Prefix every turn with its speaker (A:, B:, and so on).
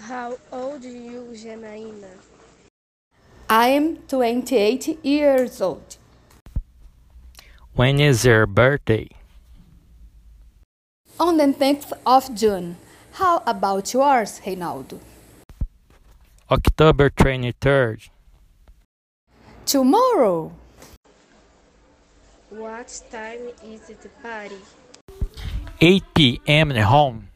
A: How old are you, Janaína?
B: I am 28 years old.
C: When is your birthday?
B: On the 10th of June. How about yours, Reinaldo?
C: October 23rd.
B: Tomorrow.
A: What time is the party?
C: 8 p.m. at home.